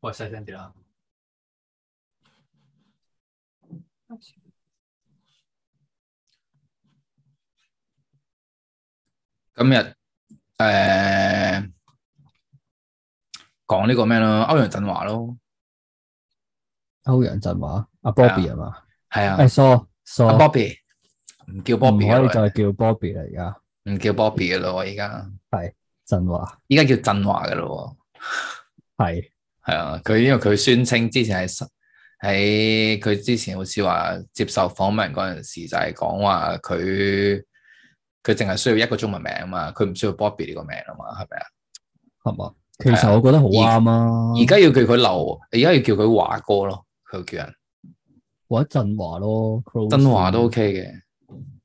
喂，細聲啲啦。今日诶讲呢個咩咯？歐陽振華咯，歐陽振華，阿 Bobby 係嘛？係啊诶，疏疏，阿唔 Bobby 唔叫可 Bobby 以嘅再叫 Bobby 啦，而家喎，唔叫 Bobby 嘅咯喎，而家振華依家叫振華嘅咯係喎，係啊，佢因為佢宣稱之前係喺佢之前好似話接受訪問嗰陣時就係講話佢佢淨係需要一個中文名啊嘛，佢唔需要 Bobby 呢個名啊嘛，係咪啊？係嘛？其實我覺得好啱啊，而家要叫佢劉，而家要叫佢華哥咯，佢叫人或者振華咯，啊振華都 OK 嘅。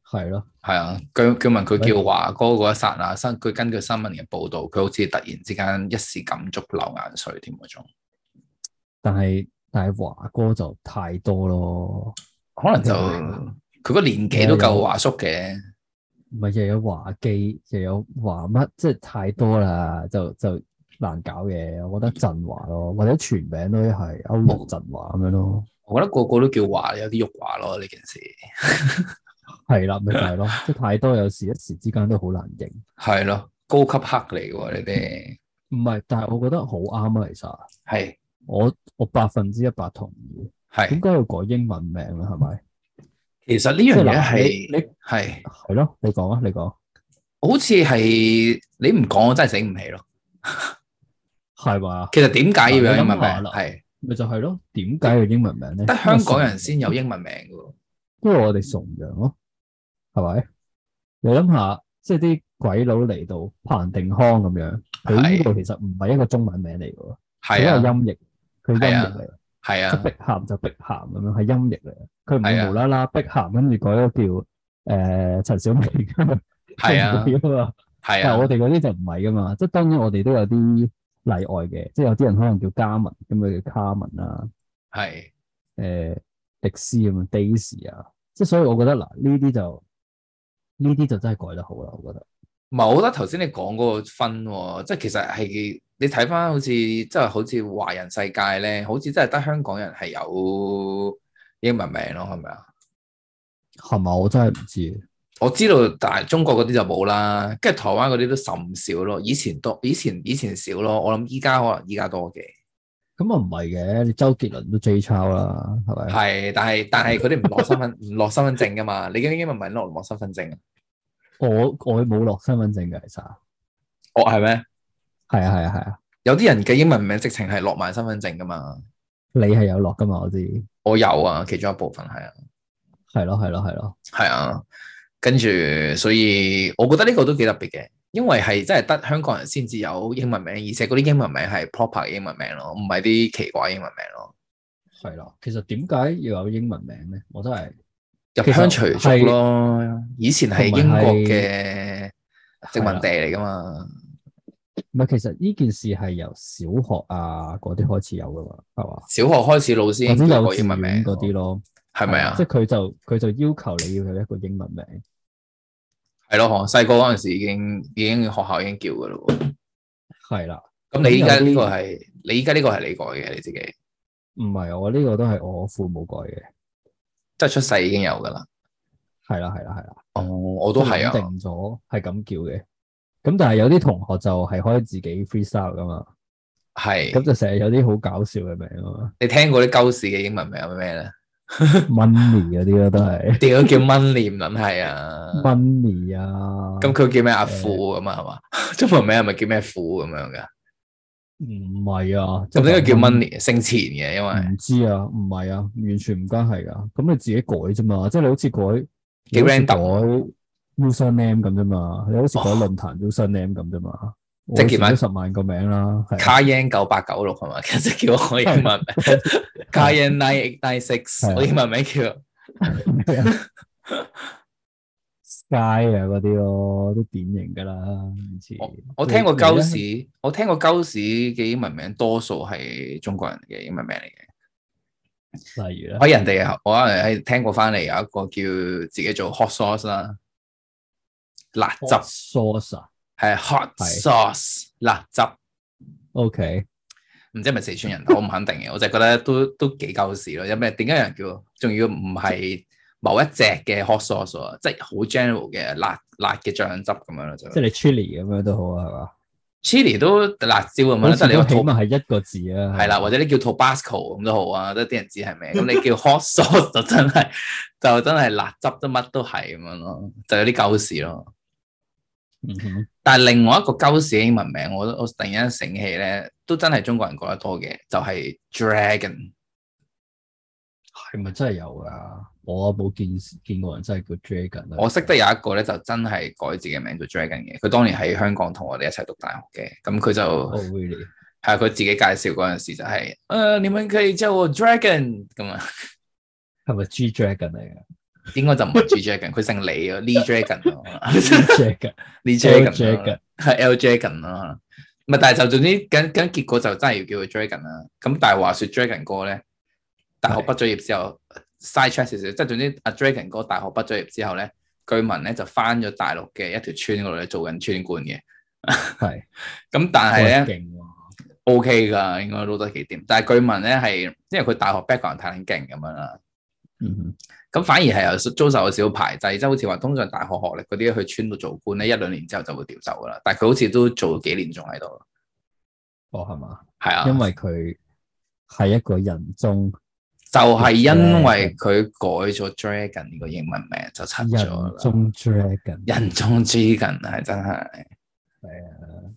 係咯，系啊，據據聞佢叫華哥嗰一剎那，新佢根據新聞嘅報導，佢好似突然之間一時感觸流眼水添嗰種，但係但係華哥就太多咯，可能就嗯佢個年紀都夠華叔嘅，唔係又有華記又有華乜，即係太多啦，就就難搞嘅。我覺得振華咯，或者全名都係歐陽振華咁樣咯，我覺得個個都叫華，有啲辱華咯呢件事。係啦，咪就係咯，即係太多，有時一時之間都好難認。係咯，高級黑嚟嘅喎呢啲，唔係，但係我覺得好啱啊，其實。係我我百分之一百同意，點係。解要改英文名咧？係咪？其實呢即樣嘢係嗱，係你你係係咯，你講啊，你講好似係你唔講，我真係醒唔起咯。係嘛？其實點解要有英文名？嗱你諗下啦係咪就係咯，點解要英文名咧？得香港人先有英文名嘅喎。因為崇，因為我哋崇洋咯，係咪？你諗下，即係啲鬼佬嚟到彭定康咁樣，佢呢係個其實唔係一個中文名嚟嘅喎，佢係係啊，音譯，佢音係啊譯嚟，係即啊係。碧咸就碧咸咁樣，係音譯嚟，佢唔係啊會無啦啦碧咸跟住改咗叫誒陳小明咁樣，係啊 佢唔會㗎嘛係但係啊我，哋嗰啲就唔係噶嘛，即係當然我哋都有啲例外嘅，即係有啲人可能叫嘉文，咁佢叫卡文啊，係誒、迪斯咁樣 Daisy 啊，即係所以我覺得嗱呢啲就呢啲就真係改得好啦，我覺得唔係？我覺得頭先你講嗰個分喎，即係其實係你睇翻好似即係好似華人世界咧，好似真係得香港人係有英文名咯，係咪啊？係嘛？我真係唔知，我知道，但係中國嗰啲就冇啦，跟住台灣嗰啲都甚少咯。以前多，以前以前少咯。我諗依家可能依家多嘅，咁啊唔係嘅，你周杰倫都 J 抄啦，係咪？係，但 係但係佢哋唔落身份唔落身份證噶嘛？你嘅英文名落唔落身份證啊？我我冇落身份證嘅，其實哦，係咩？係啊係啊係啊，有啲人嘅英文名直情係落埋身份證噶嘛？你係有落噶嘛？我知，我有啊，其中一部分係啊。係咯係咯係咯，係啊，跟住所以我覺得呢個都幾特別嘅，因為係真係得香港人先至有英文名，而且嗰啲英文名係 proper 嘅英文名咯，唔係啲奇怪英文名咯。係啦。其實點解要有英文名咧？我真係入其實鄉隨俗咯，以前係英國嘅殖係民啦地嚟噶嘛，唔係，其實呢件事係由小學啊嗰啲開始有噶嘛，係嘛？小學開始老師或已者經幼叫過稚英文名園嗰啲，咯，係咪啊即？係佢就佢就要求你要有一個英文名，係咯，嗬，細個嗰陣時已經已經學校已經叫噶咯。係啦，咁你依家咁有啲呢個係你依家呢個係你改嘅，你自己唔係我呢個都係我父母改嘅，即係出世已經有噶啦。係啦係啦係啦，哦，我都係即係啊，定咗係咁叫嘅。咁但係有啲同學就係可以自己 freestyle 噶嘛，咁係。就成日有啲好搞笑嘅名啊嘛你聽過啲鳩屎嘅英文名係咩咧？ ，Money 嗰啲咯都 係屌叫 Money 唔撚係啊！ Money 啊，咁佢叫咩阿富咁啊？係嘛？ 中文名係咪叫咩富咁樣噶？唔係啊，咁即應係該叫 Money 姓錢嘅，因為唔知啊，唔係啊，完全唔關係噶。咁你自己改啫嘛，即係你好似改幾你好似 random 改 user name 咁啫嘛，你好似改論壇 user name 咁啫嘛。即係我結咗埋十萬個名啦，係啊 Kayan 九八九六係嘛？ 其實叫我英文名 Kayan nine eight nine 係 six，啊我英文名叫 Sky 啊嗰啲咯，都典型噶啦。以前我聽過鳩你呢屎，我聽過鳩屎嘅英文名多數係中國人嘅英文名嚟嘅。哎例如咧，喺人哋我可能係聽過翻嚟有一個叫自己做 hot sauce 啦，辣汁 sauce 啊係 hot 係 sauce 辣汁。 ，OK，唔知係咪四川人，我唔肯定嘅，我就覺得都都幾鳩事咯。有咩點解有人叫，仲要唔係某一隻嘅 hot sauce 啊，即係好 general 嘅辣辣嘅醬汁咁樣咯，就即係你 chili 咁樣都好啊， chili 都辣椒咁係嘛？樣，即係你好個似都起套碼係一個字啊，係啦，或者你叫 Tabasco 咁都好啊，即係啲人知係咩。咁你叫 hot sauce 就真係就真係辣汁都乜都係咁樣咯，就有啲鳩事咯。嗯哼，但係另外一個鳩屎嘅英文名，我我突然間醒起咧，都真係中國人講得多嘅，就係、dragon。係咪真係有噶？我冇見見過人真係叫 dragon 啊我識得有一個咧，就真係改自己名叫 dragon 嘅。佢當年喺香港同我哋一齊讀大學嘅，咁佢就哦，really？係佢自己介紹嗰陣時就係、誒、你們可以叫我 dragon 咁啊，係咪 G dragon 嚟㗎應該就唔係 G dragon，佢姓李啊，Lee dragon 咯 g dragon ，Lee L dragon 咯 dragon，係 L Dragon 啦，唔係，但係就總之緊緊結果就真係要叫佢 Dragon 啦。咁但係話說 Dragon 哥咧，大學畢咗業之後 side track 少少，即係總之阿 Dragon 哥大學畢咗業之後咧，據聞咧就翻咗大陸嘅一條村嗰度咧做緊村官嘅。係咁但係哇咧勁喎， OK 㗎，應該撈得幾掂。但係據聞咧係因為佢大學 background 太撚勁咁樣啦。嗯哼，咁反而係有遭受咗少少排擠，即係好似話通常大學學歷嗰啲去村度做官咧，一兩年之後就會調走噶啦。但係佢好似都做幾年仲喺度，哦係嘛？係啊，因為佢係一個人中就係因為佢改咗 Dragon 呢個英文名就出人咗啦。中 dragon，人中 Dragon 係真係，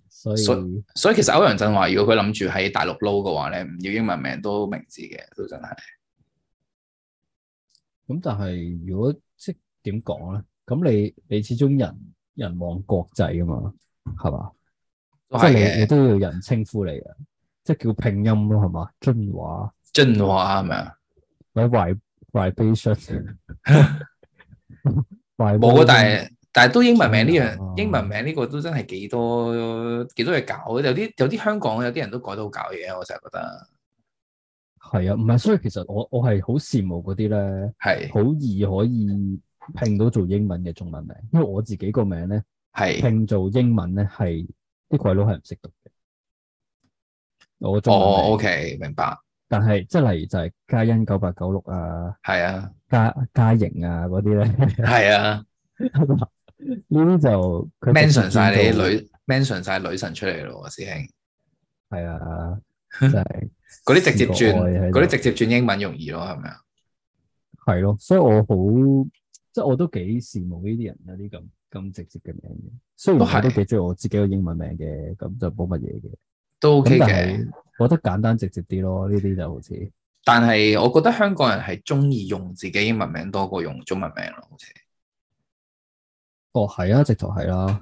所所以所以其實歐陽震華如果佢諗住喺大陸撈嘅話咧，唔要英文名都明智嘅，都真係。咁但係如果即係點講咧？咁你你始終人人望國際啊嘛，係嘛？都即係係你你嘅，都要人稱呼你嘅，即係叫拼音咯，係嘛？津華 進化係咪啊？或者 vib vibration，冇啊，冇但係但係都英文名呢進化樣，英文名呢個都真係幾多幾多嘢搞，有啲有啲香港有啲人都改到好搞嘢，我成日覺得 係啊，唔係，所以其實我我係好羨慕嗰啲咧，係好易可以拼到做英文嘅中文名，因為我自己個名咧係拼做英文咧係啲鬼佬係唔識讀嘅，我個中文名，哦，OK，明白，但係即係例如就係嘉欣九八九六啊、係啊，嘉嘉瑩啊嗰 啲咧。係啊呢啲就佢，mention 晒你女，mention 晒女神出嚟咯，師兄。系啊，真係嗰啲直接試過愛轉，喺度嗰啲直接轉英文容易咯，係咪啊？係咯，所以我好即系我都幾羨慕呢啲人有啲咁咁直接嘅名嘅。雖然都係我都幾中意我自己個英文名嘅，咁就冇乜嘢嘅。都咁 OK 但嘅，係我覺得簡單直接啲咯，呢啲就好似但係我覺得香港人係中意用自己英文名多過用中文名咯，好似。哦係啊，直頭係啦。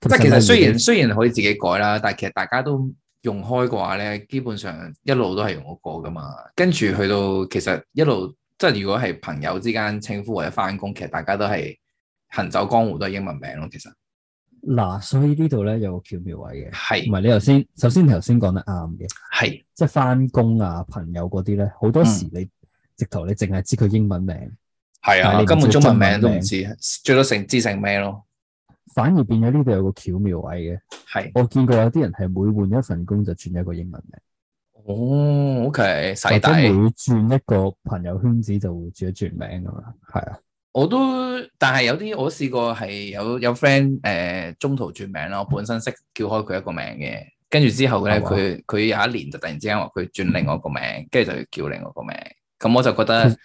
即係其實雖然雖然可以自己改啦，但係其實大家都用開嘅話咧，基本上一路都係用嗰個噶嘛。跟住去到其實一路即係如果係朋友之間稱呼或者翻工，其實大家都係行走江湖都係英文名咯。其實嗱，所以呢度咧有個巧妙位嘅，係唔係你頭先首先你頭先講得啱嘅，係即係翻工啊、朋友嗰啲咧，好多嗯時你直頭你淨係知佢英文名。係但係啊，你唔根本知中文中文名都唔名知，最多成知成咩咯。反而變咗呢度有個巧妙位嘅。係我見過有啲人係每換一份工就轉一個英文名，哦，OK，洗或者每底。轉一個朋友圈子就會轉一轉名咁樣。係啊，我都，但係有啲我試過係有有 friend 誒、呃中途轉名啦，我本身識叫開佢一個名嘅，跟住之後咧係嘛佢佢有一年就突然之間話佢轉另外一個名，跟住就要叫另外一個名，咁我就覺得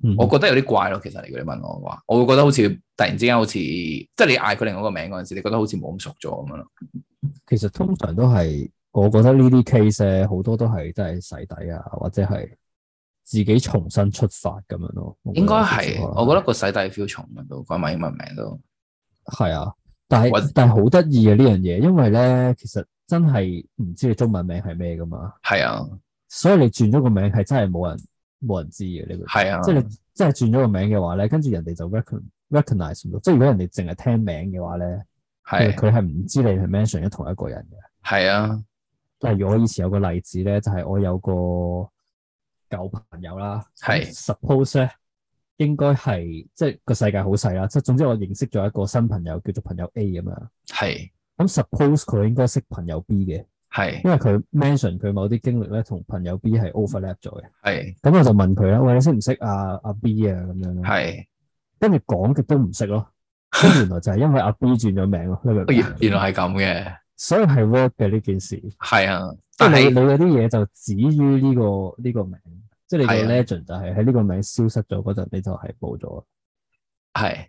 嗯我覺得有啲怪咯。其實如果你問我嘅話，我會覺得好似突然之間好似即係你嗌佢另外一個名嗰陣時，你覺得好似冇咁熟咗咁樣啊咯。其實通常都係，我覺得呢啲 case 咧好多都係真係洗底啊，或者係自己重新出發咁樣咯。應該係，我覺得得個洗底 feel 重嘅都改埋英文名都係啊，但或係但係好得意嘅呢樣嘢，因為咧其實真係唔知你中文名係咩噶嘛，係啊，所以你轉咗個名係真係冇人冇人知嘅呢個。係啊，即係你即係轉咗個名嘅話咧，跟住人哋就 recon recognize 唔到。即係如果人哋淨係聽名嘅話咧，其係實佢係唔知你係 mention 咗同一個人係啊，嘅。例如我以前有個例子咧，就係、我有個舊朋友啦，咁係 suppose 咧應該係即係個世界好細啦，即係總之我認識咗一個新朋友叫做朋友 A 咁樣。係咁 suppose 佢應該識朋友 B 嘅，係因為佢 mention 佢某啲經歷咧同朋友 B 係 overlap 咗嘅。係咁我就問佢啦，喂，你識唔識啊阿 B 啊咁樣啦，係，跟住講極都唔識咯。咁原來就係因為阿 B 轉咗名咯，你明唔明原哦原來係咁嘅，所以係 work 嘅呢件事。係啊，即但係係你你有啲嘢就止於呢、個呢、個名，即係你個係啊 legend 就係喺呢個名消失咗嗰陣，你就係冇咗。係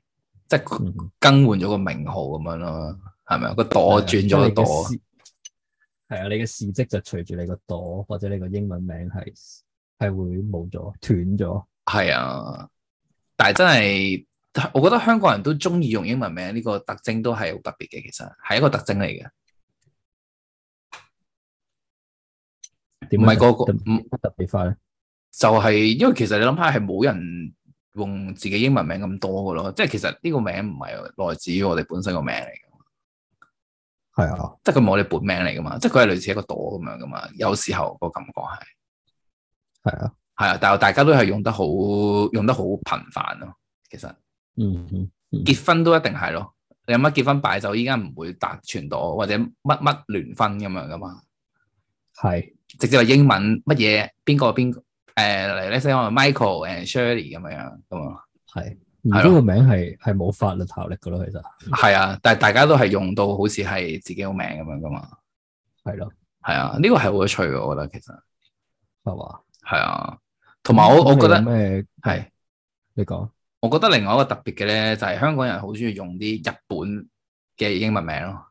即係嗯更換咗個名號咁樣咯，係咪啊？個朵轉咗個朵，系啊，你嘅事迹就隨住你個朵或者你個英文名係系会冇咗、斷咗。係啊，但係真係。我覺得香港人都中意用英文名呢個特徵都係好特別嘅，其實係一個特徵嚟嘅，點唔係個個啊特唔特別化咧？就係、因為其實你諗下係冇人用自己英文名咁多嘅咯，即係其實呢個名唔係來自於我哋本身個名嚟嘅，係啊，即係佢唔係我哋本名嚟噶嘛，即係佢係類似一個朵咁樣噶嘛，有時候個感覺係係啊，係啊，但係大家都係用得好用得好頻繁咯，其實嗯哼，結婚都一定係咯，你有乜結婚擺酒依家唔會達全朵或者乜乜聯婚咁樣噶嘛，係直接係英文乜嘢邊個邊個誒嚟咧，即係我 Michael and Shirley 咁樣咁啊。係。係而咯呢個名係係冇法律效力噶咯，其實係啊，但係大家都係用到好似係自己個名咁樣噶嘛，係咯，係啊，呢個係好有趣嘅，我覺得其實係嘛？係啊，同埋我我覺咁得你有咩？係，你講我覺得另外一個特別嘅咧，就係香港人好中意用啲日本嘅英文名咯，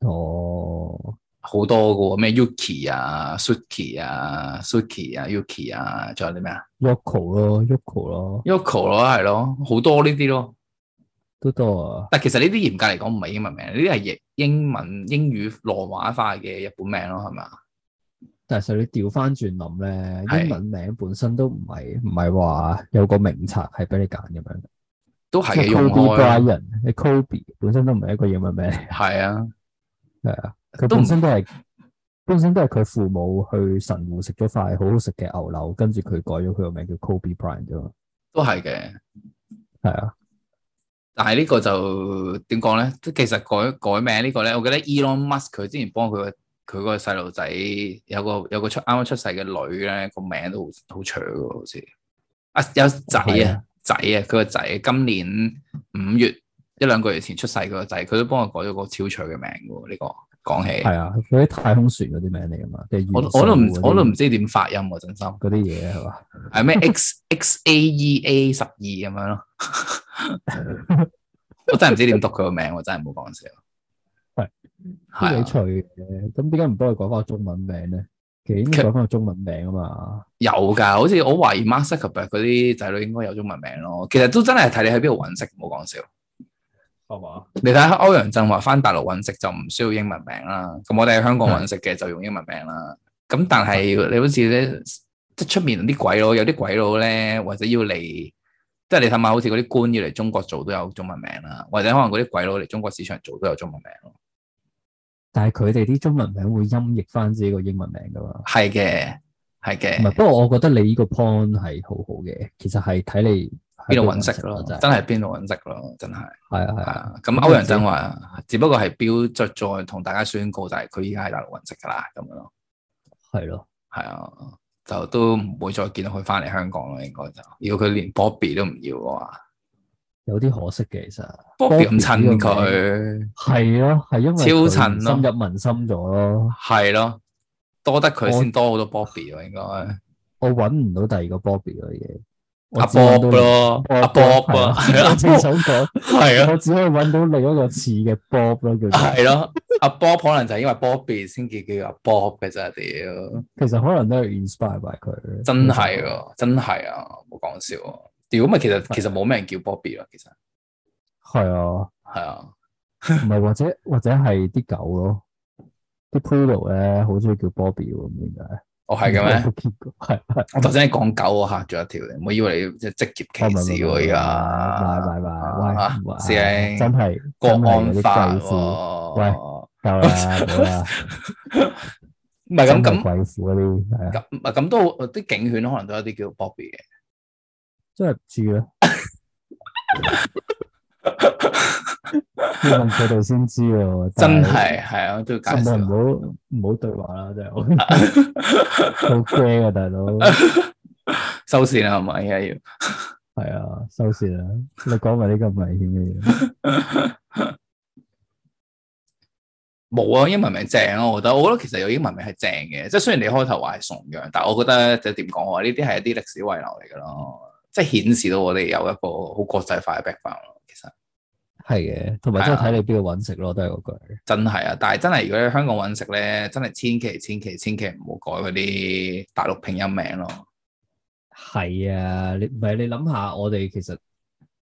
哦，好多嘅喎，咩 Yuki 啊、Suki 啊、Suki 啊、Yuki 啊，仲有啲咩啊 Yoko 咯，Yoko 咯， ，Yoko 咯，係咯，好多呢啲咯。都多啊。但其實呢啲嚴格嚟講唔係英文名，呢啲係譯英文英語羅馬化嘅日本名咯，係咪啊？但係實你調翻轉諗咧，係英文名本身都唔係唔係話有個名冊係俾你揀咁樣。都係嘅即係用 Kobe 開啊咯， Bryant，你 Kobe 本身都唔係一個英文名，係啊。佢都唔本身都係本身都係佢父母去神户食咗塊好好食嘅牛柳，跟住佢改咗佢個名叫 Kobe Bryant 啫嘛。都係嘅，係啊，但係呢個就點講咧？即係其實改改名呢個咧，我記得 Elon Musk 佢之前幫佢個佢個細路仔有個有個出啱啱出世嘅女咧，個名都好好長嘅，好似啊有仔係啊啊仔啊，佢個仔今年五月一兩個月前出世佢個仔，佢都幫佢改咗個超長嘅名嘅喎。呢、個講起，係啊，嗰啲太空船嗰啲名嚟噶嘛，即係我元素我都唔嗰啲我都唔知點發音喎，真心嗰啲嘢係嘛？係啊咩 X X A E A 十二咁樣咯。 我真係唔知點讀佢個名，我真係冇講笑。係係都啊有趣嘅。咁點解唔幫佢改翻個中文名咧？其實應該改翻個中文名啊嘛。有㗎，好似我懷疑 Mark Zuckerberg 嗰啲仔女應該有中文名咯。其實都真係睇你喺邊度揾食，冇講笑。係嘛？你睇下歐陽震華翻大陸揾食就唔需要英文名啦，咁我哋喺香港揾食嘅就用英文名啦。咁但係你好似咧，即係出面啲鬼佬，有啲鬼佬咧，或者要嚟，即係你睇下，好似嗰啲官要嚟中國做都有中文名啦，或者可能嗰啲鬼佬嚟中國市場做都有中文名咯。但係佢哋啲中文名會音譯翻自己個英文名噶嘛？係嘅，係唔嘅，係，不過我覺得你呢個 point 係好好嘅，其實係睇你喺邊度揾食咯咯，，真係真係邊度揾食咯，真係。係啊係係啊，啊，咁歐陽震華只不過係標着再同大家宣告，就係佢依家喺大陸揾食㗎啦，咁樣咯，係咯，係啊，就都唔會再見到佢翻嚟香港咯，應該就，如果佢連 Bobby 都唔要嘅話有啲可惜嘅其實，Bobby 咁 Bobby 襯佢，係咯，係因為啊超佢襯咯深入民心咗咯，係咯，多得佢我先多好多 Bobby 喎，應該，我揾唔到第二個 Bobby 嗰啲嘢，我阿只揾到 Bob 咯，阿 Bob 啊， 係我正想講，係啊，我只可以揾到另一個似嘅 Bob 咯，叫做係咯，阿 Bob 可能就係因為 Bobby 先叫叫阿 Bob 嘅咋，屌。其實可能都係 inspire by 佢，真係喎，真係啊，冇講笑啊！屌咪其實其實冇咩人叫 Bobby 啦，其實係啊，係啊，唔係或者或者係啲狗咯，啲 poodle 咧好中意叫 Bobby 喎，唔知點解我哦係嘅 咩？係係。我頭先你講狗，我嚇咗一跳，你唔好以為你即係職業歧視喎，而家喂喂啊喂喂，師兄真係國安法貴婦喂喎，夠啦， 冇啦，唔係啊咁真係咁貴婦嗰啲係啊，咁唔係咁都好啲警犬可能都有啲叫 Bobby 嘅，真係唔知啦。要問佢哋先知喎。但真係係啊，都要介真係唔紹。好唔好對話啦， 真係好好驚啊，大佬。收線啦，係咪？而家要係啊，收線啦！你講埋啲咁危險嘅嘢，冇啊，英文名正咯，我覺得。我覺得其實有英文名係正嘅，即係雖然你開頭話係崇洋，但係我覺得即係點講啊？呢啲係一啲歷史遺留嚟嘅咯，即係顯示到我哋有一個好國際化嘅 background 咯。其實係嘅，同埋真係啊睇你邊度揾食咯，都係嗰句。真係啊，但係真係如果你喺香港揾食咧，真係千祈千祈千祈唔好改嗰啲大陸拼音名咯。係啊，你唔係你諗下，我哋其實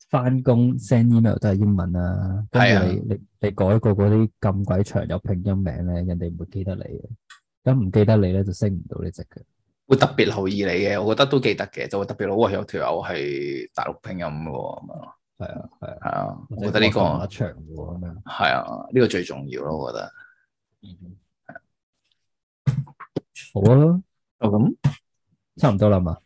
翻工 send email 都係英文啦，係跟啊住你你你改個嗰啲咁鬼長有拼音名咧，人哋唔會記得你嘅。咁唔記得你咧，就升唔到你職嘅。會特別留意你嘅，我覺得都記得嘅，就會特別好喂有條友係大陸拼音嘅喎，咁樣咯係啊，係啊。係啊，我覺得呢、個一長嘅喎咁樣。係啊，呢、個最重要咯，我覺得。好啊，哦，咁啊差唔多啦嘛。